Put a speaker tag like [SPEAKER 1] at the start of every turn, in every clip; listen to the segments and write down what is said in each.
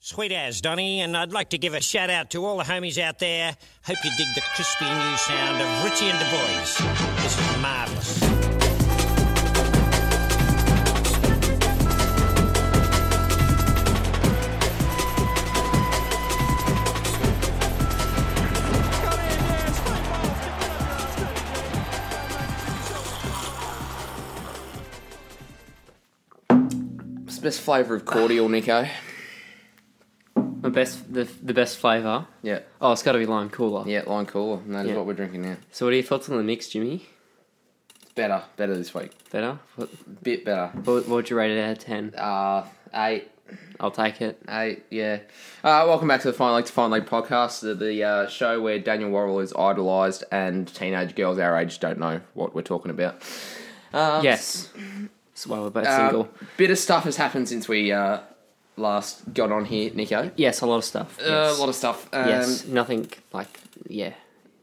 [SPEAKER 1] Sweet as, Donny, and I'd like to give a shout out to all the homies out there. Hope you dig the crispy new sound of Richie and the Boys. This is marvellous.
[SPEAKER 2] It's the best flavour of cordial, Nico.
[SPEAKER 3] The best, the, the best flavour.
[SPEAKER 2] Yeah.
[SPEAKER 3] Oh, it's got to be lime cooler.
[SPEAKER 2] Yeah, line cooler. And that is
[SPEAKER 3] Yeah.
[SPEAKER 2] what we're drinking now.
[SPEAKER 3] So, what are your thoughts on the mix, Jimmy?
[SPEAKER 2] It's better. Better this week.
[SPEAKER 3] Better. What,
[SPEAKER 2] Bit better.
[SPEAKER 3] what, what would you rate it out of ten?
[SPEAKER 2] Uh, eight.
[SPEAKER 3] I'll take it.
[SPEAKER 2] Eight, yeah. Uh, welcome back to the Fine Lake to Fine Lake podcast, the, the uh, show where Daniel Worrell is idolised and teenage girls our age don't know what we're talking about.
[SPEAKER 3] yes. That's why we're both
[SPEAKER 2] Um,
[SPEAKER 3] single.
[SPEAKER 2] bit of stuff has happened since we uh, last got on here, Nico.
[SPEAKER 3] Yes, a lot of stuff.
[SPEAKER 2] Uh,
[SPEAKER 3] yes.
[SPEAKER 2] a lot of stuff. Um,
[SPEAKER 3] yes. Nothing like yeah,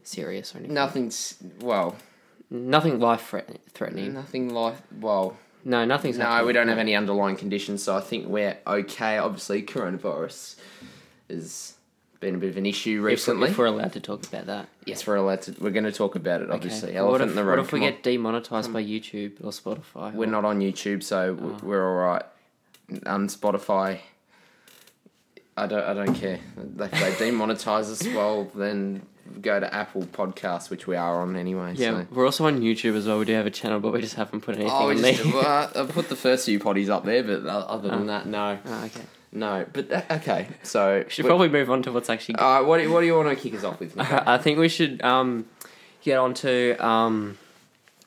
[SPEAKER 3] serious or anything.
[SPEAKER 2] Nothing's, well,
[SPEAKER 3] Nothing life threat- threatening.
[SPEAKER 2] nothing like, well,
[SPEAKER 3] No, nothing's.
[SPEAKER 2] No,
[SPEAKER 3] happening.
[SPEAKER 2] we don't have any underlying conditions, so I think we're okay. Obviously, coronavirus has been a bit of an issue
[SPEAKER 3] If, we-
[SPEAKER 2] recently.
[SPEAKER 3] if we're allowed to talk about that.
[SPEAKER 2] yes, we're allowed to. We're going to talk about it. Obviously,
[SPEAKER 3] Okay.
[SPEAKER 2] elephant
[SPEAKER 3] what if,
[SPEAKER 2] in the room.
[SPEAKER 3] What if we
[SPEAKER 2] come on.
[SPEAKER 3] get demonetized by YouTube or Spotify?
[SPEAKER 2] We're not on YouTube, so
[SPEAKER 3] Oh.
[SPEAKER 2] w we're all right. Um, Spotify. I don't. I don't care. If they demonetize us, well, then go to Apple Podcasts, which we are on anyway.
[SPEAKER 3] Yeah,
[SPEAKER 2] So.
[SPEAKER 3] we're also on YouTube as well. We do have a channel, but we just haven't put anything
[SPEAKER 2] Oh, we
[SPEAKER 3] on
[SPEAKER 2] just,
[SPEAKER 3] there.
[SPEAKER 2] well, I I put the first few potties up there, but other than that, no,
[SPEAKER 3] Ah, okay.
[SPEAKER 2] no. But that, okay, so
[SPEAKER 3] Should
[SPEAKER 2] we-
[SPEAKER 3] probably move on to what's actually.
[SPEAKER 2] All right, Uh, what do, what do you want to kick us off with? Nico?
[SPEAKER 3] I think we should um, get on to um,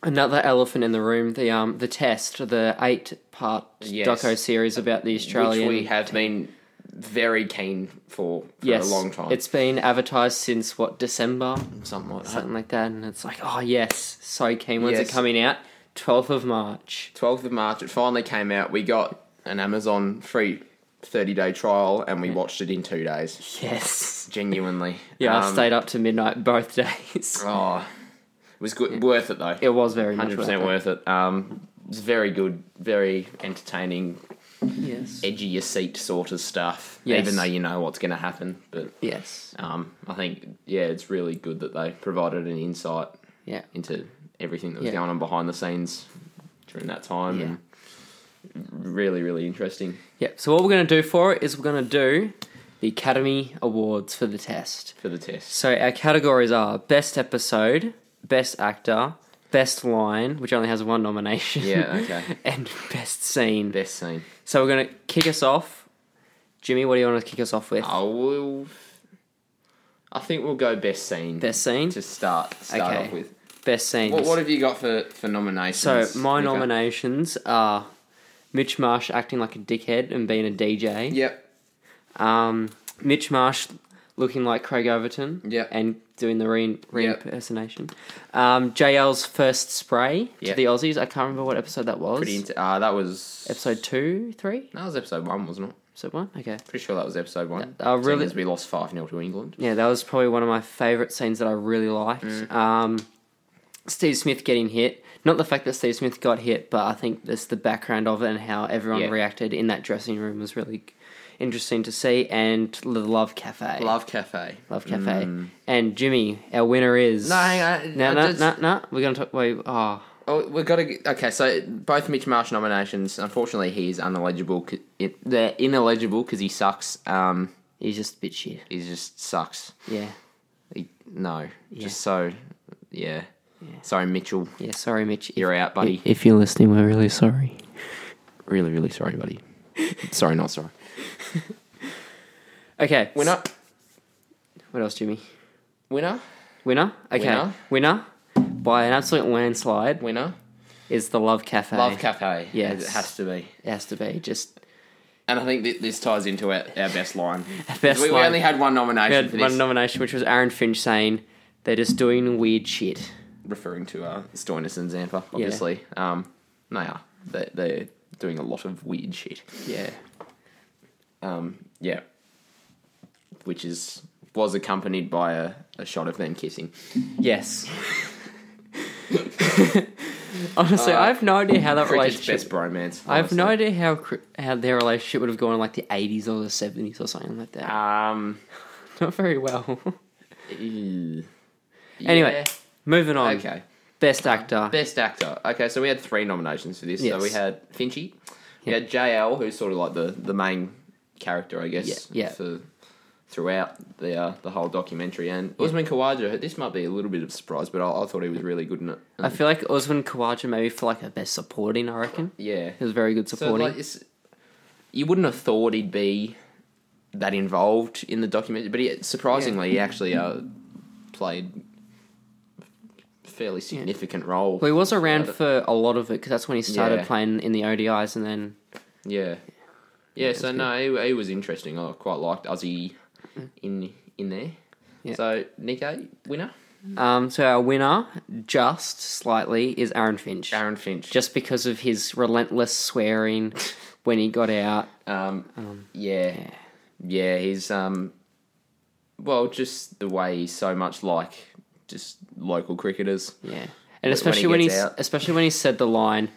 [SPEAKER 3] another elephant in the room. The um, the test, the eight part
[SPEAKER 2] Yes. Uh,
[SPEAKER 3] doco series about the
[SPEAKER 2] Which
[SPEAKER 3] Australian.
[SPEAKER 2] we have been very keen for, for
[SPEAKER 3] yes,
[SPEAKER 2] a long time. Uh-huh.
[SPEAKER 3] It's been advertised since what December,
[SPEAKER 2] something like that.
[SPEAKER 3] something like that, and it's like, oh yes, so keen. When's
[SPEAKER 2] Yes.
[SPEAKER 3] it coming out? Twelfth of March.
[SPEAKER 2] 12th of March, it finally came out. We got an Amazon free 30 day trial and we watched it in two days.
[SPEAKER 3] Yes.
[SPEAKER 2] Genuinely.
[SPEAKER 3] Yeah, I
[SPEAKER 2] Um,
[SPEAKER 3] stayed up to midnight both days.
[SPEAKER 2] Oh, it was good. Worth it though.
[SPEAKER 3] It was very much
[SPEAKER 2] 100%
[SPEAKER 3] worth it.
[SPEAKER 2] worth it. Um, it's very good, very entertaining,
[SPEAKER 3] Yes.
[SPEAKER 2] edge of your seat sort of stuff.
[SPEAKER 3] Yes.
[SPEAKER 2] Even though you know what's going to happen. But
[SPEAKER 3] yes.
[SPEAKER 2] um, I think, yeah, it's really good that they provided an insight
[SPEAKER 3] Yeah.
[SPEAKER 2] into everything that was
[SPEAKER 3] Yeah.
[SPEAKER 2] going on behind the scenes during that time
[SPEAKER 3] Yeah.
[SPEAKER 2] and really really interesting
[SPEAKER 3] Yeah. So what we're going to do for it is we're going to do the Academy Awards for the test.
[SPEAKER 2] for the test
[SPEAKER 3] So our categories are best episode, best actor, best line, which only has one nomination.
[SPEAKER 2] Yeah, okay.
[SPEAKER 3] and best scene.
[SPEAKER 2] best scene
[SPEAKER 3] So we're going to kick us off. Jimmy, what do you want to kick us off with?
[SPEAKER 2] i will i think we'll go best scene
[SPEAKER 3] Best scene.
[SPEAKER 2] to start start
[SPEAKER 3] Okay.
[SPEAKER 2] off with
[SPEAKER 3] best scene.
[SPEAKER 2] what, what have you got for for
[SPEAKER 3] So
[SPEAKER 2] nominations
[SPEAKER 3] my
[SPEAKER 2] Nico?
[SPEAKER 3] nominations are Mitch Marsh acting like a dickhead and being a DJ.
[SPEAKER 2] yep
[SPEAKER 3] Um, Mitch Marsh looking like Craig Overton.
[SPEAKER 2] Yep.
[SPEAKER 3] And doing the re, re-
[SPEAKER 2] Yep.
[SPEAKER 3] impersonation. Um, JL's first spray
[SPEAKER 2] Yep.
[SPEAKER 3] to the Aussies. I can't remember what episode that was.
[SPEAKER 2] pretty into uh, that was
[SPEAKER 3] episode two, three,
[SPEAKER 2] that was episode one wasn't it
[SPEAKER 3] episode one. Okay.
[SPEAKER 2] pretty sure that was episode one
[SPEAKER 3] Uh, uh,
[SPEAKER 2] Seeing
[SPEAKER 3] really-
[SPEAKER 2] as we lost 5-0 to england
[SPEAKER 3] Yeah, that was probably one of my favourite scenes that I really liked.
[SPEAKER 2] Mm.
[SPEAKER 3] Um, Steve Smith getting hit. Not the fact that Steve Smith got hit, but I think that's the background of it and how everyone
[SPEAKER 2] Yeah.
[SPEAKER 3] reacted in that dressing room was really interesting to see. And the Love Cafe.
[SPEAKER 2] love cafe
[SPEAKER 3] Love Cafe. And Jimmy, our winner is.
[SPEAKER 2] No, hang on,
[SPEAKER 3] Mm. No,
[SPEAKER 2] I
[SPEAKER 3] no,
[SPEAKER 2] just-
[SPEAKER 3] no, no. We're going to talk. Wait, oh.
[SPEAKER 2] Oh, we've got to. Okay, so both Mitch Marsh nominations. Unfortunately, he is uneligible. 'cause it- They're ineligible because he sucks. Um,
[SPEAKER 3] He's just a bit shit.
[SPEAKER 2] he just sucks.
[SPEAKER 3] Yeah.
[SPEAKER 2] He, no, just so. Yeah. Sorry, Mitchell.
[SPEAKER 3] Yeah, sorry, Mitch. If,
[SPEAKER 2] You're out, buddy.
[SPEAKER 3] if you're listening, we're really sorry.
[SPEAKER 2] Really, really sorry, buddy. sorry, not sorry.
[SPEAKER 3] Okay.
[SPEAKER 2] Winner.
[SPEAKER 3] What else, Jimmy?
[SPEAKER 2] Winner.
[SPEAKER 3] Winner? Okay.
[SPEAKER 2] Winner.
[SPEAKER 3] Winner? by an absolute landslide
[SPEAKER 2] Winner.
[SPEAKER 3] is the Love Cafe.
[SPEAKER 2] Love Cafe.
[SPEAKER 3] Yes.
[SPEAKER 2] It has to be.
[SPEAKER 3] It has to be. Just
[SPEAKER 2] And I think that this ties into our, our best line.
[SPEAKER 3] best
[SPEAKER 2] we, we
[SPEAKER 3] line.
[SPEAKER 2] only had one nomination
[SPEAKER 3] we had
[SPEAKER 2] for
[SPEAKER 3] one
[SPEAKER 2] this.
[SPEAKER 3] nomination, which was Aaron Finch saying they're just doing weird shit.
[SPEAKER 2] referring to uh, Stoinis and Zampa, obviously. Um, they are. They're, they're doing a lot of weird shit.
[SPEAKER 3] Yeah.
[SPEAKER 2] Um, yeah. Which is was accompanied by a, a shot of them kissing.
[SPEAKER 3] Yes. Honestly, I have no idea how that
[SPEAKER 2] Cricket's
[SPEAKER 3] relationship.
[SPEAKER 2] best bromance.
[SPEAKER 3] I have no
[SPEAKER 2] honestly.
[SPEAKER 3] idea how cr- how their relationship would have gone in like the eighties or the seventies or something like that.
[SPEAKER 2] Um.
[SPEAKER 3] Not very well.
[SPEAKER 2] ew.
[SPEAKER 3] anyway, moving
[SPEAKER 2] Yeah.
[SPEAKER 3] on.
[SPEAKER 2] Okay.
[SPEAKER 3] Best actor.
[SPEAKER 2] Best actor. Okay, so we had three nominations for this. So
[SPEAKER 3] Yes.
[SPEAKER 2] we had Finchy, we
[SPEAKER 3] Yeah.
[SPEAKER 2] had JL, who's sort of like the, the main character, I guess,
[SPEAKER 3] Yeah, yeah.
[SPEAKER 2] For, throughout the uh, the whole documentary, and Usman Khawaja. This might be a little bit of a surprise, but I, I thought he was really good in it.
[SPEAKER 3] I feel like Osman Khawaja maybe for like a best supporting. I reckon
[SPEAKER 2] Yeah,
[SPEAKER 3] he was very good
[SPEAKER 2] so
[SPEAKER 3] supporting.
[SPEAKER 2] like it's, you wouldn't have thought he'd be that involved in the documentary, but he, surprisingly, he actually uh, played a fairly significant role.
[SPEAKER 3] well, he was around
[SPEAKER 2] throughout it.
[SPEAKER 3] for a lot of it because that's when he started
[SPEAKER 2] Yeah.
[SPEAKER 3] playing in the ODIs and then
[SPEAKER 2] Yeah. Yeah, so no, he, he was interesting. I quite liked Aussie in in there.
[SPEAKER 3] Yeah.
[SPEAKER 2] So Nico, winner?
[SPEAKER 3] Um, so our winner, just slightly, is Aaron Finch.
[SPEAKER 2] Aaron Finch.
[SPEAKER 3] Just because of his relentless swearing when he got out.
[SPEAKER 2] um, yeah. yeah. he's um well, just the way he's so much like just local cricketers.
[SPEAKER 3] Yeah,
[SPEAKER 2] When- when
[SPEAKER 3] and especially
[SPEAKER 2] he
[SPEAKER 3] when he,
[SPEAKER 2] gets out.
[SPEAKER 3] especially when he said the line,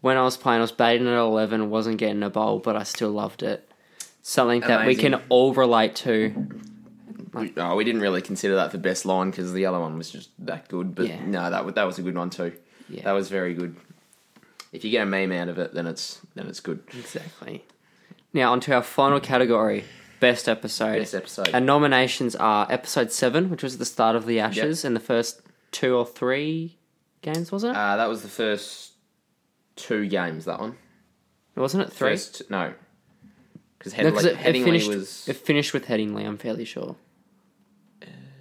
[SPEAKER 3] "When I was playing, I was batting at eleven, wasn't getting a bowl, but I still loved it." Something that we
[SPEAKER 2] Amazing.
[SPEAKER 3] can all relate to.
[SPEAKER 2] We, oh, we didn't really consider that the best line because the other one was just that good. But
[SPEAKER 3] Yeah.
[SPEAKER 2] no, that wa- that was a good one too.
[SPEAKER 3] Yeah.
[SPEAKER 2] That was very good. If you get a meme out of it, then it's then it's good.
[SPEAKER 3] Exactly. Now onto our final category, best episode.
[SPEAKER 2] Best episode.
[SPEAKER 3] Our nominations are episode seven, which was the start of the Ashes, and the first two or three games, was it?
[SPEAKER 2] Uh, that was the first two games. That one.
[SPEAKER 3] Wasn't it three?
[SPEAKER 2] First, no. Because
[SPEAKER 3] No,
[SPEAKER 2] Headley,
[SPEAKER 3] 'cause it, it
[SPEAKER 2] Headingley
[SPEAKER 3] finished.
[SPEAKER 2] was.
[SPEAKER 3] It finished with Headingley. I'm fairly sure,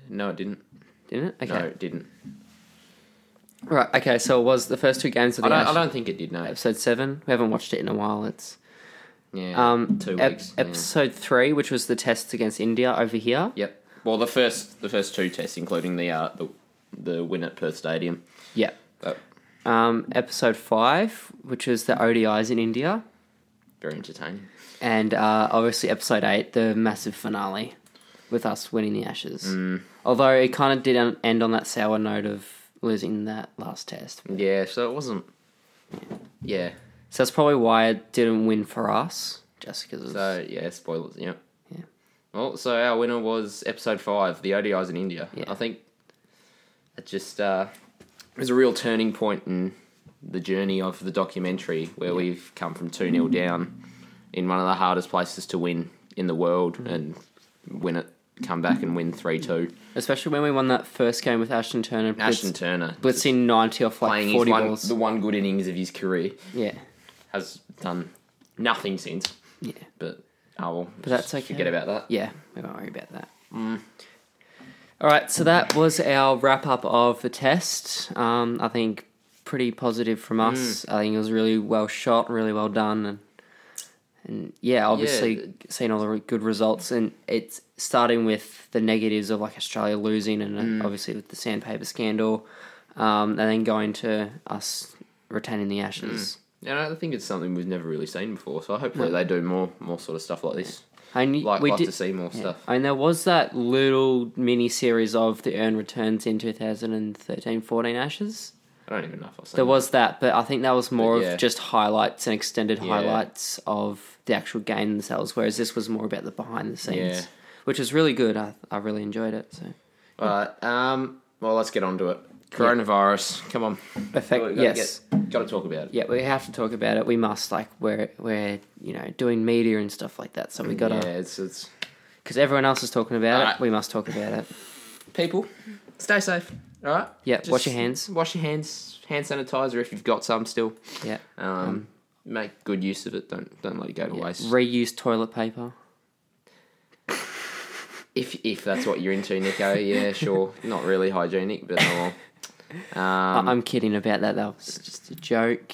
[SPEAKER 2] no, it didn't.
[SPEAKER 3] didn't it?
[SPEAKER 2] No,
[SPEAKER 3] Okay.
[SPEAKER 2] it didn't.
[SPEAKER 3] Right. Okay. So it was the first two games of
[SPEAKER 2] I
[SPEAKER 3] the
[SPEAKER 2] don't, I
[SPEAKER 3] Ashes.
[SPEAKER 2] don't think it did, no.
[SPEAKER 3] Episode seven. We haven't watched it in a while. It's
[SPEAKER 2] Yeah.
[SPEAKER 3] um
[SPEAKER 2] two
[SPEAKER 3] ep-
[SPEAKER 2] weeks. yeah.
[SPEAKER 3] episode three, which was the tests against India over here.
[SPEAKER 2] Yep. Well, the first the first two tests, including the uh, the, the win at Perth Stadium.
[SPEAKER 3] Yeah.
[SPEAKER 2] But
[SPEAKER 3] Um, episode five, which was the ODIs in India.
[SPEAKER 2] very entertaining.
[SPEAKER 3] and uh, obviously episode eight, the massive finale, with us winning the Ashes. Mm. Although it kind of did un- end on that sour note of losing that last test,
[SPEAKER 2] Yeah, so it wasn't. Yeah.
[SPEAKER 3] so that's probably why it didn't win for us, just because. It was,
[SPEAKER 2] So, yeah, spoilers. Yep.
[SPEAKER 3] Yeah.
[SPEAKER 2] Well, so our winner was episode five, the ODIs in India.
[SPEAKER 3] Yeah.
[SPEAKER 2] I think it just uh, it was a real turning point in the journey of the documentary where we've come from 2 0 down in one of the hardest places to win in the world
[SPEAKER 3] Mm.
[SPEAKER 2] and win it, come back and win 3 2.
[SPEAKER 3] especially when we won that first game with Ashton Turner, blitz-
[SPEAKER 2] Ashton Turner just
[SPEAKER 3] blitzing ninety off like
[SPEAKER 2] playing his
[SPEAKER 3] forty
[SPEAKER 2] one,
[SPEAKER 3] balls.
[SPEAKER 2] the one good innings of his career
[SPEAKER 3] yeah,
[SPEAKER 2] has done nothing since,
[SPEAKER 3] yeah,
[SPEAKER 2] but oh well. But
[SPEAKER 3] that's okay.
[SPEAKER 2] Forget about that.
[SPEAKER 3] yeah. We won't worry about that. Mm. All right, so that was our wrap up of the test. Um, I think pretty positive from us. I think it was really well shot, really well done, and and yeah, obviously
[SPEAKER 2] th-
[SPEAKER 3] seeing all the re- good results. And it's starting with the negatives of like Australia losing, and uh, obviously with the sandpaper scandal, um, and then going to us retaining the Ashes.
[SPEAKER 2] And I think it's something we've never really seen before. So hopefully they do more more sort of stuff like this.
[SPEAKER 3] I knew
[SPEAKER 2] Like,
[SPEAKER 3] we
[SPEAKER 2] like
[SPEAKER 3] did.
[SPEAKER 2] to see more stuff.
[SPEAKER 3] I mean, there was that little mini series of the Earn Returns in 2013 14 Ashes.
[SPEAKER 2] I don't even know if I've seen.
[SPEAKER 3] There was that, but I think that was more
[SPEAKER 2] yeah.
[SPEAKER 3] of just highlights and extended highlights of the actual game themselves, whereas this was more about the behind the scenes,
[SPEAKER 2] Yeah.
[SPEAKER 3] which was really good. I, I really enjoyed it. So,
[SPEAKER 2] All right. Um. Well, let's get on to it. Coronavirus. Come on.
[SPEAKER 3] Effect- yes.
[SPEAKER 2] Got to talk about it.
[SPEAKER 3] yeah, we have to talk about it. We must like we're we're you know doing media and stuff like that, so we
[SPEAKER 2] Yeah. Ah.
[SPEAKER 3] gotta
[SPEAKER 2] It's it's
[SPEAKER 3] because everyone else is talking about
[SPEAKER 2] Alright.
[SPEAKER 3] it. We must talk about it.
[SPEAKER 2] people. Stay safe. All right.
[SPEAKER 3] Yeah, wash your hands.
[SPEAKER 2] Wash your hands. Hand sanitizer if you've got some still.
[SPEAKER 3] Yeah,
[SPEAKER 2] Um.
[SPEAKER 3] Mm.
[SPEAKER 2] make good use of it. Don't don't let it go to waste.
[SPEAKER 3] reuse toilet paper.
[SPEAKER 2] if if that's what you're into, Nico. Yeah. Sure. Not really hygienic, but oh well. Um,
[SPEAKER 3] I- I'm kidding about that. That was just a joke.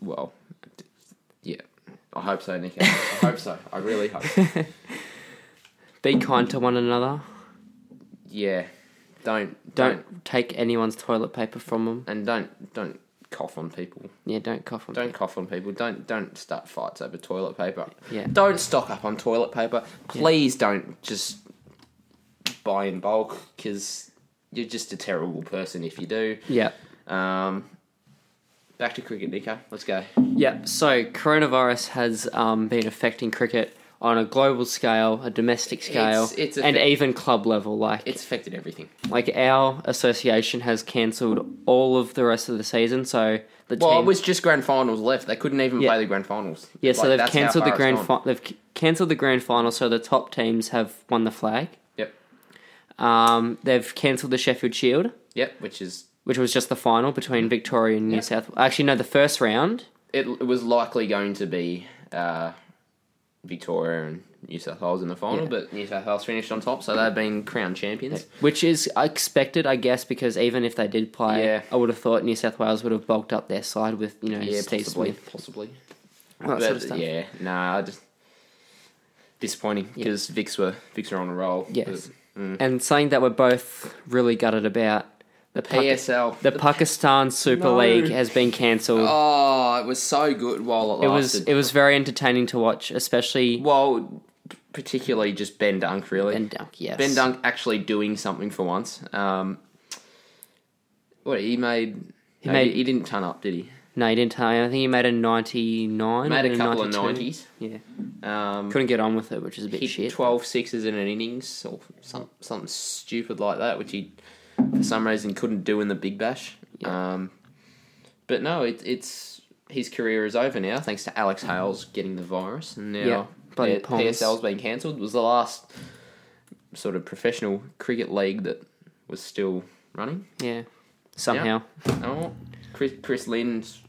[SPEAKER 2] Well, d- yeah. I hope so, Nico. I hope so. I really hope. so.
[SPEAKER 3] Be kind to one another.
[SPEAKER 2] Yeah. Don't
[SPEAKER 3] Don't take anyone's toilet paper from them.
[SPEAKER 2] and don't don't cough on people.
[SPEAKER 3] Yeah, don't cough on.
[SPEAKER 2] Don't cough on people. Don't don't start fights over toilet paper.
[SPEAKER 3] Yeah.
[SPEAKER 2] Don't stock up on toilet paper. Please don't just buy in bulk because you're just a terrible person if you do.
[SPEAKER 3] Yeah.
[SPEAKER 2] Um, Back to cricket, Nico. Let's go.
[SPEAKER 3] Yep. So coronavirus has um, been affecting cricket on a global scale, a domestic scale,
[SPEAKER 2] It's- it's
[SPEAKER 3] and
[SPEAKER 2] affect-
[SPEAKER 3] even club level. Like
[SPEAKER 2] It's affected everything.
[SPEAKER 3] like our association has cancelled all of the rest of the season. So the
[SPEAKER 2] Well,
[SPEAKER 3] team,
[SPEAKER 2] it was just grand finals left. They couldn't even
[SPEAKER 3] Yeah.
[SPEAKER 2] play the grand finals.
[SPEAKER 3] yeah. So
[SPEAKER 2] Like,
[SPEAKER 3] they've
[SPEAKER 2] that's how
[SPEAKER 3] cancelled the
[SPEAKER 2] far it's
[SPEAKER 3] grand
[SPEAKER 2] gone.
[SPEAKER 3] fi- they've c- cancelled the grand final. So the top teams have won the flag.
[SPEAKER 2] Yep.
[SPEAKER 3] Um, they've cancelled the Sheffield Shield,
[SPEAKER 2] Yep. Which is
[SPEAKER 3] which was just the final between Victoria and New South. Actually, no, the first round.
[SPEAKER 2] it, it was likely going to be uh, Victoria and New South Wales in the final,
[SPEAKER 3] Yeah.
[SPEAKER 2] but New South Wales finished on top, so they've been crowned champions.
[SPEAKER 3] Which is expected, I guess, because even if they did play,
[SPEAKER 2] Yeah.
[SPEAKER 3] I would have thought New South Wales would have bulked up their side with, you know,
[SPEAKER 2] Yeah,
[SPEAKER 3] Steve
[SPEAKER 2] possibly,
[SPEAKER 3] Smith.
[SPEAKER 2] possibly.
[SPEAKER 3] all that
[SPEAKER 2] But,
[SPEAKER 3] sort of stuff.
[SPEAKER 2] Yeah, nah, I just disappointing because Vicks were Vicks are on a roll.
[SPEAKER 3] Yes. And saying that we're both really gutted about the
[SPEAKER 2] But PSL.
[SPEAKER 3] the Pakistan Super
[SPEAKER 2] No.
[SPEAKER 3] League has been cancelled.
[SPEAKER 2] oh, it was so good while it,
[SPEAKER 3] it was
[SPEAKER 2] lasted.
[SPEAKER 3] it was very entertaining to watch, especially
[SPEAKER 2] well, particularly just Ben Dunk really.
[SPEAKER 3] Ben Dunk. Yes,
[SPEAKER 2] Ben Dunk actually doing something for once. Um, what he made? He,
[SPEAKER 3] made-
[SPEAKER 2] made, he didn't turn up, did he?
[SPEAKER 3] No, he didn't tell you. I think he made a ninety nine.
[SPEAKER 2] Made a couple of nineties.
[SPEAKER 3] Yeah,
[SPEAKER 2] Um,
[SPEAKER 3] couldn't get on with it, which is a bit
[SPEAKER 2] hit
[SPEAKER 3] shit.
[SPEAKER 2] 12 sixes in an innings or some something stupid like that, which he for some reason couldn't do in the Big Bash.
[SPEAKER 3] Yeah.
[SPEAKER 2] Um, but no, it, it's his career is over now thanks to Alex Hales getting the virus, and now
[SPEAKER 3] Yeah, bloody
[SPEAKER 2] the
[SPEAKER 3] Pongs.
[SPEAKER 2] PSL's been cancelled. It was the last sort of professional cricket league that was still running.
[SPEAKER 3] yeah, somehow.
[SPEAKER 2] Oh, Chris, Chris Lynn's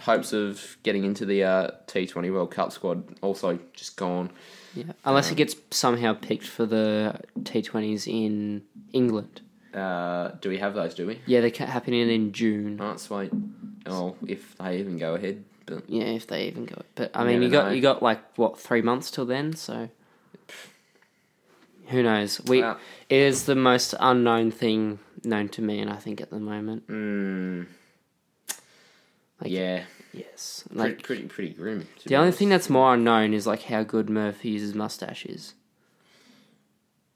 [SPEAKER 2] hopes of getting into the uh, T20 World Cup squad also just gone.
[SPEAKER 3] Yeah. Unless he gets somehow picked for the T20s in England.
[SPEAKER 2] Uh, do we have those? Do we?
[SPEAKER 3] Yeah, they're ca- happening in June.
[SPEAKER 2] Aren't sweet. Oh, if they even go ahead, but
[SPEAKER 3] Yeah, if they even go. But I mean,
[SPEAKER 2] never
[SPEAKER 3] you got
[SPEAKER 2] know.
[SPEAKER 3] you got like what three months till then, so who knows? We
[SPEAKER 2] Wow.
[SPEAKER 3] it is the most unknown thing known to me, and I think at the moment,
[SPEAKER 2] Mm.
[SPEAKER 3] Like-
[SPEAKER 2] yeah,
[SPEAKER 3] yes.
[SPEAKER 2] pretty,
[SPEAKER 3] Like
[SPEAKER 2] pretty pretty grim. to be
[SPEAKER 3] the only
[SPEAKER 2] honest.
[SPEAKER 3] thing that's more unknown is like how good Murphy's mustache is.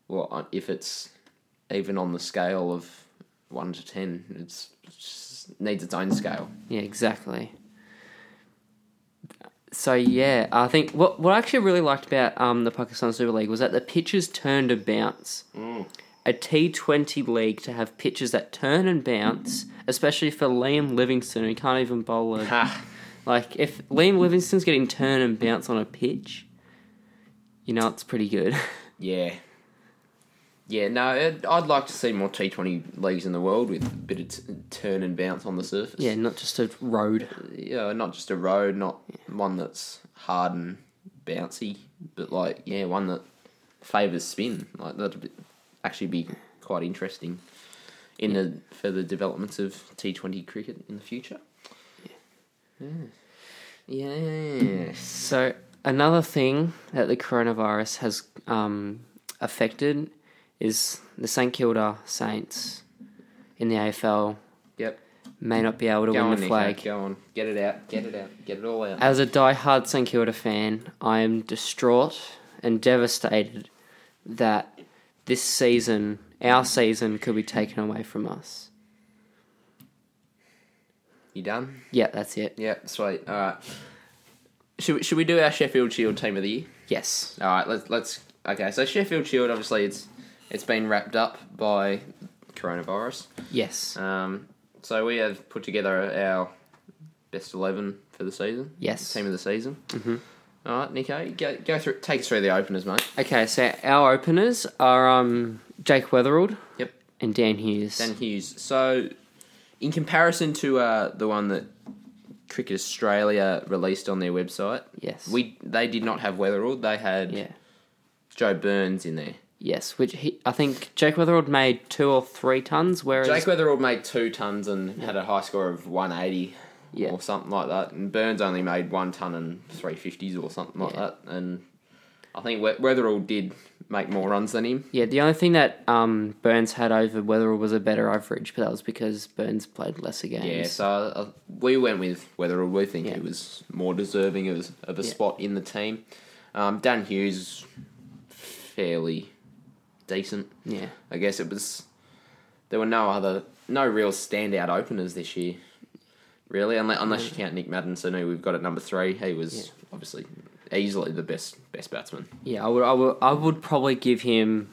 [SPEAKER 2] well, uh, if it's even on the scale of one to ten, it's it's- needs its own scale.
[SPEAKER 3] Yeah, exactly. So yeah, I think what what I actually really liked about um, the Pakistan Super League was that the pitches turned and bounce. A T Twenty league to have pitches that turn and bounce, especially for Liam Livingston who can't even bowl it.
[SPEAKER 2] Ha!
[SPEAKER 3] like if Liam Livingston's getting turn and bounce on a pitch, you know it's pretty good.
[SPEAKER 2] Yeah. Yeah, no, it, I'd like to see more T20 leagues in the world with a bit of t- turn and bounce on the surface.
[SPEAKER 3] yeah, not just a road.
[SPEAKER 2] Yeah, not just a road, not one that's hard and bouncy, but like yeah, one that favours spin. Like that'd be, actually be quite interesting in the further developments of T Twenty cricket in the future. Yeah. Yes.
[SPEAKER 3] So another thing that the coronavirus has um, affected is the St Kilda Saints in the AFL
[SPEAKER 2] Yep.
[SPEAKER 3] may not be able to
[SPEAKER 2] Go
[SPEAKER 3] win
[SPEAKER 2] on,
[SPEAKER 3] the
[SPEAKER 2] Nico.
[SPEAKER 3] flag.
[SPEAKER 2] Go on. Get it out. Get it out. Get it all out.
[SPEAKER 3] As a die-hard St Kilda fan, I am distraught and devastated that this season, our season, could be taken away from us.
[SPEAKER 2] You done?
[SPEAKER 3] Yeah, that's it.
[SPEAKER 2] Yep. Sweet. All right. Should we, should we do our Sheffield Shield team of the year?
[SPEAKER 3] Yes.
[SPEAKER 2] All right, let's let's okay. So Sheffield Shield, obviously, it's it's been wrapped up by coronavirus.
[SPEAKER 3] Yes.
[SPEAKER 2] Um, so we have put together our best eleven for the season.
[SPEAKER 3] Yes.
[SPEAKER 2] team of the season. Mm-hmm. All right, Nico, go go through. Take us through the openers, mate.
[SPEAKER 3] Okay, so our openers are um, Jake Weatherald
[SPEAKER 2] Yep.
[SPEAKER 3] and Dan Hughes.
[SPEAKER 2] Dan Hughes. So, in comparison to uh, the one that Cricket Australia released on their website,
[SPEAKER 3] Yes.
[SPEAKER 2] we they did not have Weatherall. They had
[SPEAKER 3] yeah.
[SPEAKER 2] Joe Burns in there.
[SPEAKER 3] Yes, which he, I think Jake Weatherald made two or three tons, whereas
[SPEAKER 2] Jake Weatherall made two tons and had a high score of 180
[SPEAKER 3] Yeah.
[SPEAKER 2] or something like that. And Burns only made one ton and 350s or something like
[SPEAKER 3] Yeah.
[SPEAKER 2] that. And I think We- Weatherall did make more runs than him.
[SPEAKER 3] yeah, the only thing that um, Burns had over Weatherall was a better average, but that was because Burns played lesser games.
[SPEAKER 2] Yeah, so uh, we went with Weatherall. We think he
[SPEAKER 3] Yeah.
[SPEAKER 2] was more deserving of, of a
[SPEAKER 3] Yeah.
[SPEAKER 2] spot in the team. Um, Dan Hughes, fairly decent.
[SPEAKER 3] yeah,
[SPEAKER 2] I guess it was. There were no other, no real standout openers this year. really. Unless, unless you count Nick Madden, so no, we've got at number three. He was obviously easily the best best batsman.
[SPEAKER 3] Yeah, I would, I would, I would probably give him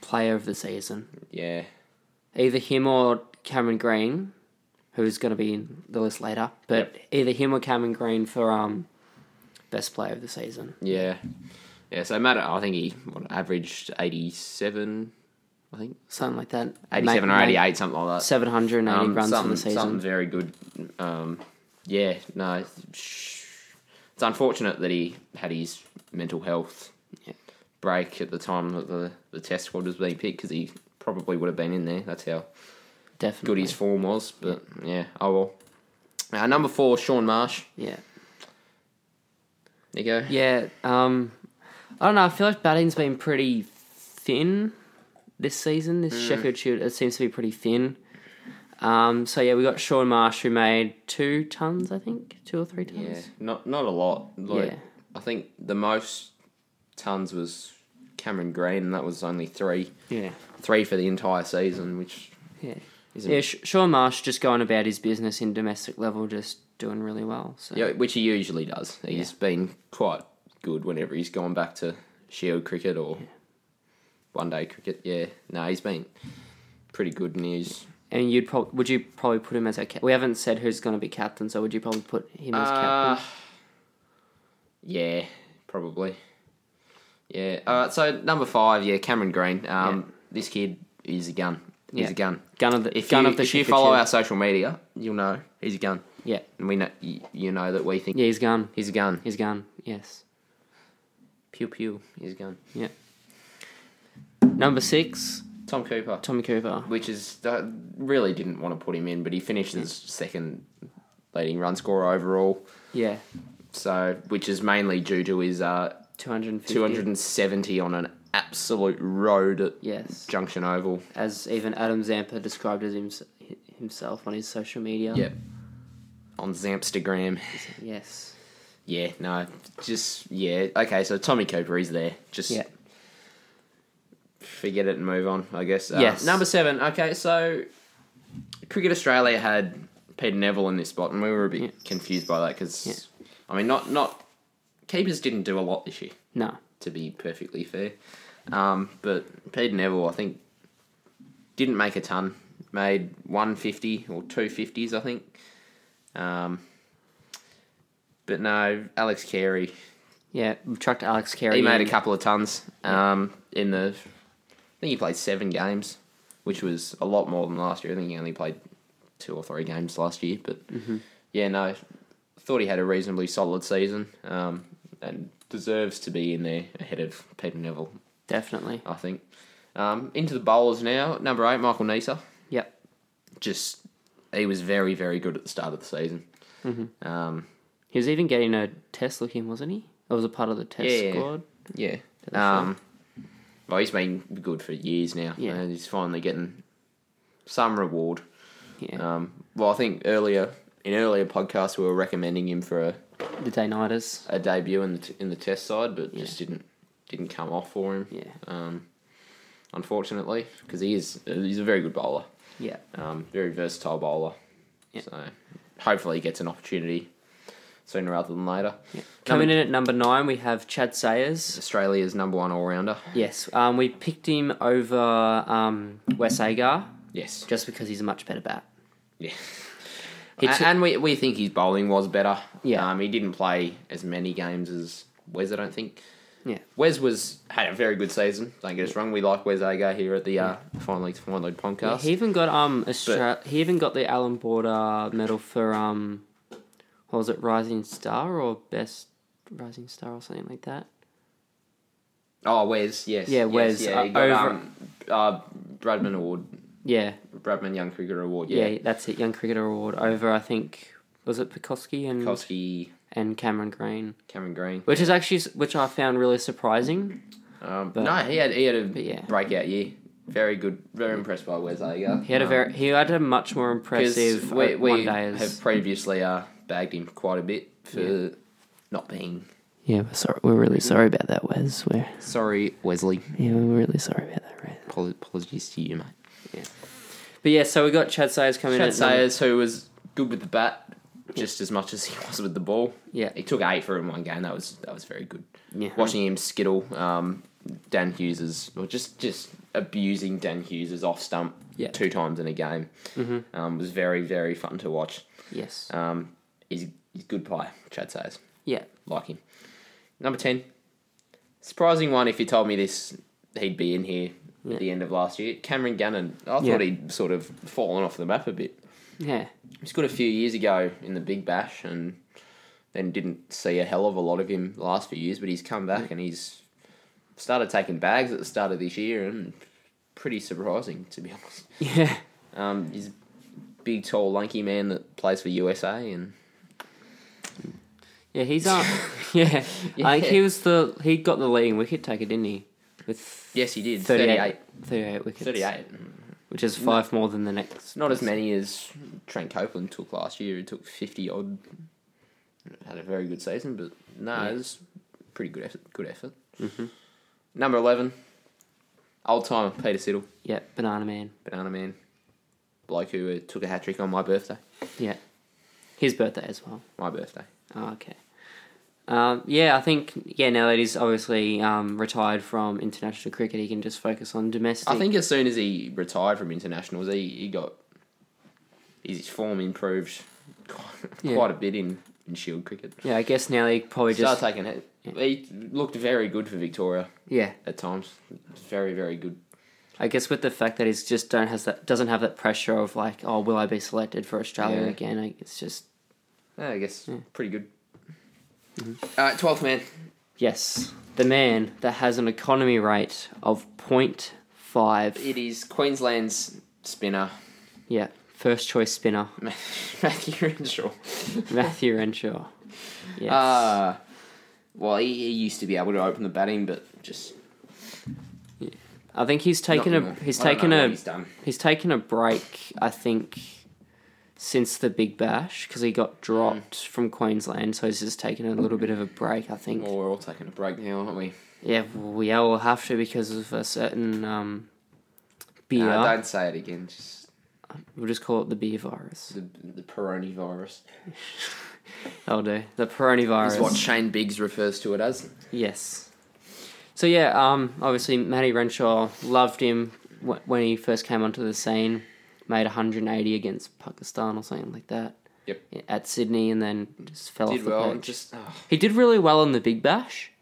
[SPEAKER 3] player of the season.
[SPEAKER 2] Yeah,
[SPEAKER 3] Either him or Cameron Green, who's going to be in the list later. But either him or Cameron Green for um, best player of the season.
[SPEAKER 2] yeah, yeah. So Madden, I think he what, averaged eighty seven. I think
[SPEAKER 3] Something like that.
[SPEAKER 2] eighty seven or eighty eight, something like that.
[SPEAKER 3] Seven hundred and eighty
[SPEAKER 2] Um,
[SPEAKER 3] runs in
[SPEAKER 2] something-
[SPEAKER 3] the season.
[SPEAKER 2] Something very good. Um, yeah, no. sh- It's unfortunate that he had his mental health
[SPEAKER 3] Yeah.
[SPEAKER 2] break at the time that the, the test squad was being picked because he probably would have been in there. That's how
[SPEAKER 3] Definitely.
[SPEAKER 2] good his form was. But yeah, oh well. Uh, number four, Sean Marsh.
[SPEAKER 3] Yeah.
[SPEAKER 2] There you go.
[SPEAKER 3] Yeah. Um, I don't know. I feel like batting's been pretty thin this season. This
[SPEAKER 2] Mm.
[SPEAKER 3] Sheffield Shield it seems to be pretty thin. Um, so yeah, we got Sean Marsh who made two tons, I think, two or three tons.
[SPEAKER 2] Yeah, not not a lot. Like,
[SPEAKER 3] Yeah.
[SPEAKER 2] I think the most tons was Cameron Green, and that was only three,
[SPEAKER 3] Yeah.
[SPEAKER 2] three for the entire season, which
[SPEAKER 3] Yeah.
[SPEAKER 2] isn't
[SPEAKER 3] Yeah, Sh- Sean Marsh just going about his business in domestic level, just doing really well. So
[SPEAKER 2] Yeah, which he usually does. He's been quite good whenever he's gone back to Shield cricket or one day cricket. Yeah, no, he's been pretty good in his.
[SPEAKER 3] and you'd probably would you probably put him as a cap- we haven't said who's going to be captain, so would you probably put him as
[SPEAKER 2] Uh,
[SPEAKER 3] captain?
[SPEAKER 2] yeah, probably. Yeah. All right. So number five, yeah, Cameron Green. Um, this kid is a gun. He's
[SPEAKER 3] Yeah.
[SPEAKER 2] a gun.
[SPEAKER 3] Gun of the
[SPEAKER 2] If
[SPEAKER 3] gun
[SPEAKER 2] you,
[SPEAKER 3] of the
[SPEAKER 2] if you
[SPEAKER 3] Sheffield
[SPEAKER 2] follow
[SPEAKER 3] Shield.
[SPEAKER 2] our social media, you'll know he's a gun,
[SPEAKER 3] yeah
[SPEAKER 2] and we know you, you know that we think
[SPEAKER 3] yeah he's gone
[SPEAKER 2] he's a gun.
[SPEAKER 3] he's gone yes
[SPEAKER 2] Pew pew. He's a gun.
[SPEAKER 3] yeah number six
[SPEAKER 2] Tom Cooper.
[SPEAKER 3] Tommy Cooper
[SPEAKER 2] which is I really didn't want to put him in, but he finished as second leading run scorer overall.
[SPEAKER 3] yeah
[SPEAKER 2] So, which is mainly due to his uh,
[SPEAKER 3] two hundred and fifty
[SPEAKER 2] 270 on an absolute road at
[SPEAKER 3] yes
[SPEAKER 2] Junction Oval.
[SPEAKER 3] as even Adam Zampa described as hims- himself on his social media
[SPEAKER 2] Yep. On Zampstagram.
[SPEAKER 3] yes
[SPEAKER 2] Yeah, no, just, yeah. Okay, so Tommy Cooper is there. Just
[SPEAKER 3] yeah
[SPEAKER 2] forget it and move on, I guess. Uh,
[SPEAKER 3] Yes.
[SPEAKER 2] Number seven. Okay, so Cricket Australia had Peter Neville in this spot, and we were a bit confused by that because, I mean, not not keepers didn't do a lot this year,
[SPEAKER 3] no
[SPEAKER 2] to be perfectly fair. Um, but Peter Neville, I think, didn't make a ton. Made one fifty or two fifties, I think. Um, but no, Alex Carey
[SPEAKER 3] yeah we've trucked Alex Carey
[SPEAKER 2] he made
[SPEAKER 3] in.
[SPEAKER 2] a couple of tons um, in the. I think he played seven games, which was a lot more than last year. I think he only played two or three games last year, but yeah, no, thought he had a reasonably solid season um, and deserves to be in there ahead of Peter Neville.
[SPEAKER 3] definitely
[SPEAKER 2] I think. Um, into the bowlers now. Number eight, Michael Nisa.
[SPEAKER 3] yep
[SPEAKER 2] Just he was very very good at the start of the season. Um,
[SPEAKER 3] he was even getting a test looking wasn't he it was a part of the test
[SPEAKER 2] Yeah.
[SPEAKER 3] squad
[SPEAKER 2] Yeah.
[SPEAKER 3] That's
[SPEAKER 2] Um, well, he's been good for years now,
[SPEAKER 3] Yeah.
[SPEAKER 2] and he's finally getting some reward.
[SPEAKER 3] yeah
[SPEAKER 2] Um, well, I think earlier in earlier podcasts we were recommending him for a,
[SPEAKER 3] the day nighters
[SPEAKER 2] a debut in the t- in the test side, but just didn't didn't come off for him.
[SPEAKER 3] Yeah.
[SPEAKER 2] Um, unfortunately, because he is he's a very good bowler,
[SPEAKER 3] yeah
[SPEAKER 2] um, very versatile bowler.
[SPEAKER 3] Yeah.
[SPEAKER 2] So hopefully he gets an opportunity sooner rather than later.
[SPEAKER 3] coming in at number nine we have Chad Sayers
[SPEAKER 2] Australia's number one all rounder.
[SPEAKER 3] Yes, um, we picked him over um, Wes Agar
[SPEAKER 2] Yes.
[SPEAKER 3] just because he's a much better bat.
[SPEAKER 2] Yeah.
[SPEAKER 3] He
[SPEAKER 2] A-
[SPEAKER 3] took-
[SPEAKER 2] and we, we think his bowling was better.
[SPEAKER 3] Yeah.
[SPEAKER 2] Um, he didn't play as many games as Wes, I don't think.
[SPEAKER 3] Yeah,
[SPEAKER 2] Wes was had a very good season. Don't get us wrong. We like Wes Agar here at the uh, Fine League Fine Load podcast.
[SPEAKER 3] he even got um Austra- he even got the Alan Border medal for um what was it Rising Star or best Rising Star or something like that.
[SPEAKER 2] oh, Wes, yes.
[SPEAKER 3] Yeah,
[SPEAKER 2] yes,
[SPEAKER 3] Wes,
[SPEAKER 2] Yeah, he
[SPEAKER 3] uh,
[SPEAKER 2] got
[SPEAKER 3] over-
[SPEAKER 2] um, uh, Bradman Award,
[SPEAKER 3] Yeah,
[SPEAKER 2] Bradman Young Cricketer Award.
[SPEAKER 3] yeah,
[SPEAKER 2] Yeah.
[SPEAKER 3] that's it. Young Cricketer Award over I think was it Pekoski and
[SPEAKER 2] Kosky,
[SPEAKER 3] and Cameron Green,
[SPEAKER 2] Cameron Green.
[SPEAKER 3] which is actually s- which I found really surprising.
[SPEAKER 2] Um,
[SPEAKER 3] but-
[SPEAKER 2] no, he had he had a
[SPEAKER 3] yeah.
[SPEAKER 2] breakout year. Very good. Very impressed by Wes Agar.
[SPEAKER 3] He had a very he had a much more impressive
[SPEAKER 2] Because we,
[SPEAKER 3] uh,
[SPEAKER 2] we
[SPEAKER 3] one day as
[SPEAKER 2] have previously uh, bagged him quite a bit for not being
[SPEAKER 3] yeah. We're sorry, we're really sorry about that, Wes. We're
[SPEAKER 2] sorry, Wesley.
[SPEAKER 3] Yeah, we're really sorry about that, right?
[SPEAKER 2] Apol- Apologies to you, mate.
[SPEAKER 3] But yeah, so we got Chad Sayers coming in.
[SPEAKER 2] Chad
[SPEAKER 3] at number-
[SPEAKER 2] Sayers, who was good with the bat, just as much as he was with the ball.
[SPEAKER 3] Yeah.
[SPEAKER 2] he took eight for in one game. That was that was very good.
[SPEAKER 3] Yeah.
[SPEAKER 2] watching him skittle um, Dan Hughes's or just just abusing Dan Hughes's off stump
[SPEAKER 3] Yeah. Mm-hmm.
[SPEAKER 2] two times in a game um, was very very fun to watch.
[SPEAKER 3] Yes.
[SPEAKER 2] Um, he's he's good pie. Chad says
[SPEAKER 3] yeah.
[SPEAKER 2] like him. Number ten, surprising one. If you told me this, he'd be in here
[SPEAKER 3] Yeah.
[SPEAKER 2] at the end of last year. Cameron Gannon. I
[SPEAKER 3] Yeah.
[SPEAKER 2] thought he'd sort of fallen off the map a bit.
[SPEAKER 3] Yeah.
[SPEAKER 2] He scored a few years ago in the Big Bash and then didn't see a hell of a lot of him the last few years, but he's come back and he's started taking bags at the start of this year and pretty surprising, to be honest.
[SPEAKER 3] Yeah.
[SPEAKER 2] Um, he's a big, tall, lanky man that plays for USA and
[SPEAKER 3] Yeah, he's on. yeah. I think he was the he got the leading wicket taker, didn't he? With
[SPEAKER 2] Yes, he did.
[SPEAKER 3] 38, 38 wickets.
[SPEAKER 2] 38.
[SPEAKER 3] which is five more than the next.
[SPEAKER 2] Not as many as Trent Copeland took last year. He took 50 odd. Had a very good season, but no, it was pretty good effort. Good effort. Mm-hmm. Number 11, old timer Peter Siddle,
[SPEAKER 3] Yeah, Banana Man.
[SPEAKER 2] Banana Man. Bloke who uh, took a hat trick on my birthday.
[SPEAKER 3] Yeah, his birthday as well.
[SPEAKER 2] My birthday.
[SPEAKER 3] Oh, okay. Um, yeah, I think yeah. Now that he's obviously um, retired from international cricket, he can just focus on domestic.
[SPEAKER 2] I think as soon as he retired from internationals, he, he got his form improved quite,
[SPEAKER 3] Yeah.
[SPEAKER 2] quite a bit in, in shield cricket.
[SPEAKER 3] Yeah, I guess now he probably
[SPEAKER 2] Start
[SPEAKER 3] just
[SPEAKER 2] taking it. He looked very good for Victoria
[SPEAKER 3] yeah.
[SPEAKER 2] at times. Very, very good.
[SPEAKER 3] I guess with the fact that he's just don't has that doesn't have that pressure of like oh will I be selected for Australia
[SPEAKER 2] Yeah.
[SPEAKER 3] again? I, it's just
[SPEAKER 2] Yeah, I guess
[SPEAKER 3] Hmm.
[SPEAKER 2] pretty good.
[SPEAKER 3] Mm-hmm.
[SPEAKER 2] Uh, 12th man.
[SPEAKER 3] yes, the man that has an economy rate of 0.5.
[SPEAKER 2] It is Queensland's spinner,
[SPEAKER 3] Yeah, first choice spinner
[SPEAKER 2] Matthew Renshaw.
[SPEAKER 3] Matthew Renshaw. Yes.
[SPEAKER 2] Uh, well, he, he used to be able to open the batting, but just
[SPEAKER 3] I think he's taken
[SPEAKER 2] not
[SPEAKER 3] a
[SPEAKER 2] anymore.
[SPEAKER 3] he's
[SPEAKER 2] I don't
[SPEAKER 3] taken
[SPEAKER 2] know
[SPEAKER 3] a
[SPEAKER 2] what he's done.
[SPEAKER 3] he's taken a break. I think since the Big Bash because he got dropped
[SPEAKER 2] Mm.
[SPEAKER 3] from Queensland, so he's just taken a little bit of a break. I think.
[SPEAKER 2] Well, we're all taking a break now, aren't we?
[SPEAKER 3] Yeah, we all have to because of a certain um, beer.
[SPEAKER 2] No, Uh, don't say it again. Just
[SPEAKER 3] we'll just call it the beer virus.
[SPEAKER 2] the the Peroni virus.
[SPEAKER 3] That'll do. The Peroni virus.
[SPEAKER 2] That's what Shane Biggs refers to it as.
[SPEAKER 3] Yes. So yeah, um, obviously Matty Renshaw loved him wh- when he first came onto the scene. Made 180 against Pakistan or something like that
[SPEAKER 2] Yep.
[SPEAKER 3] at Sydney, and then just fell off
[SPEAKER 2] Did
[SPEAKER 3] the
[SPEAKER 2] well.
[SPEAKER 3] perch.
[SPEAKER 2] Just oh.
[SPEAKER 3] He did really well in the Big Bash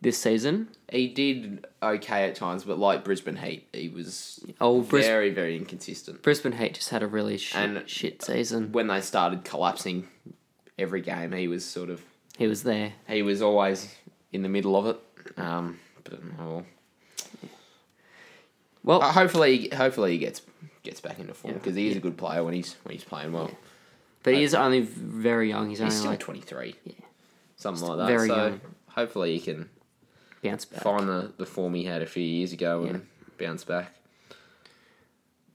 [SPEAKER 3] this season.
[SPEAKER 2] he did okay at times, but like Brisbane Heat, he was
[SPEAKER 3] Oh, Bris-
[SPEAKER 2] very very inconsistent.
[SPEAKER 3] Brisbane Heat just had a really shit,
[SPEAKER 2] And-
[SPEAKER 3] shit season.
[SPEAKER 2] when they started collapsing every game, he was sort of
[SPEAKER 3] He was there.
[SPEAKER 2] he was always in the middle of it. Um, but oh,
[SPEAKER 3] Well,
[SPEAKER 2] well. Uh, hopefully, hopefully he gets gets back into form because he is a good player when he's when he's playing well.
[SPEAKER 3] but he is only very young. He's,
[SPEAKER 2] He's
[SPEAKER 3] only
[SPEAKER 2] still
[SPEAKER 3] like
[SPEAKER 2] twenty three, something like that.
[SPEAKER 3] very
[SPEAKER 2] so
[SPEAKER 3] young.
[SPEAKER 2] hopefully he can
[SPEAKER 3] bounce back.
[SPEAKER 2] find the, the form he had a few years ago and bounce back.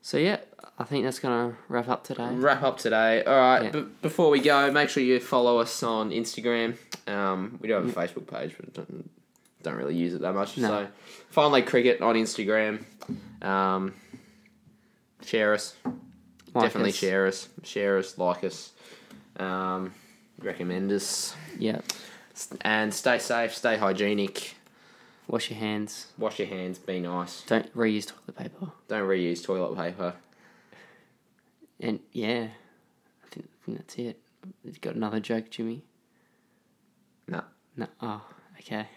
[SPEAKER 3] So yeah, I think that's gonna wrap up today.
[SPEAKER 2] Wrap up today. All right,
[SPEAKER 3] Yeah.
[SPEAKER 2] but before we go, make sure you follow us on Instagram. Um, we do have a Facebook page, but don't, don't really use it that much.
[SPEAKER 3] No.
[SPEAKER 2] So, finally, cricket on Instagram. Um, share us.
[SPEAKER 3] Like
[SPEAKER 2] Definitely
[SPEAKER 3] us.
[SPEAKER 2] share us. Share us. Like us. Um, recommend us.
[SPEAKER 3] Yeah,
[SPEAKER 2] And stay safe. Stay hygienic.
[SPEAKER 3] wash your hands.
[SPEAKER 2] Wash your hands. Be nice.
[SPEAKER 3] Don't reuse toilet paper.
[SPEAKER 2] Don't reuse toilet paper.
[SPEAKER 3] And yeah, I think, I think that's it. You got another joke, Jimmy?
[SPEAKER 2] No.
[SPEAKER 3] No. Oh, okay.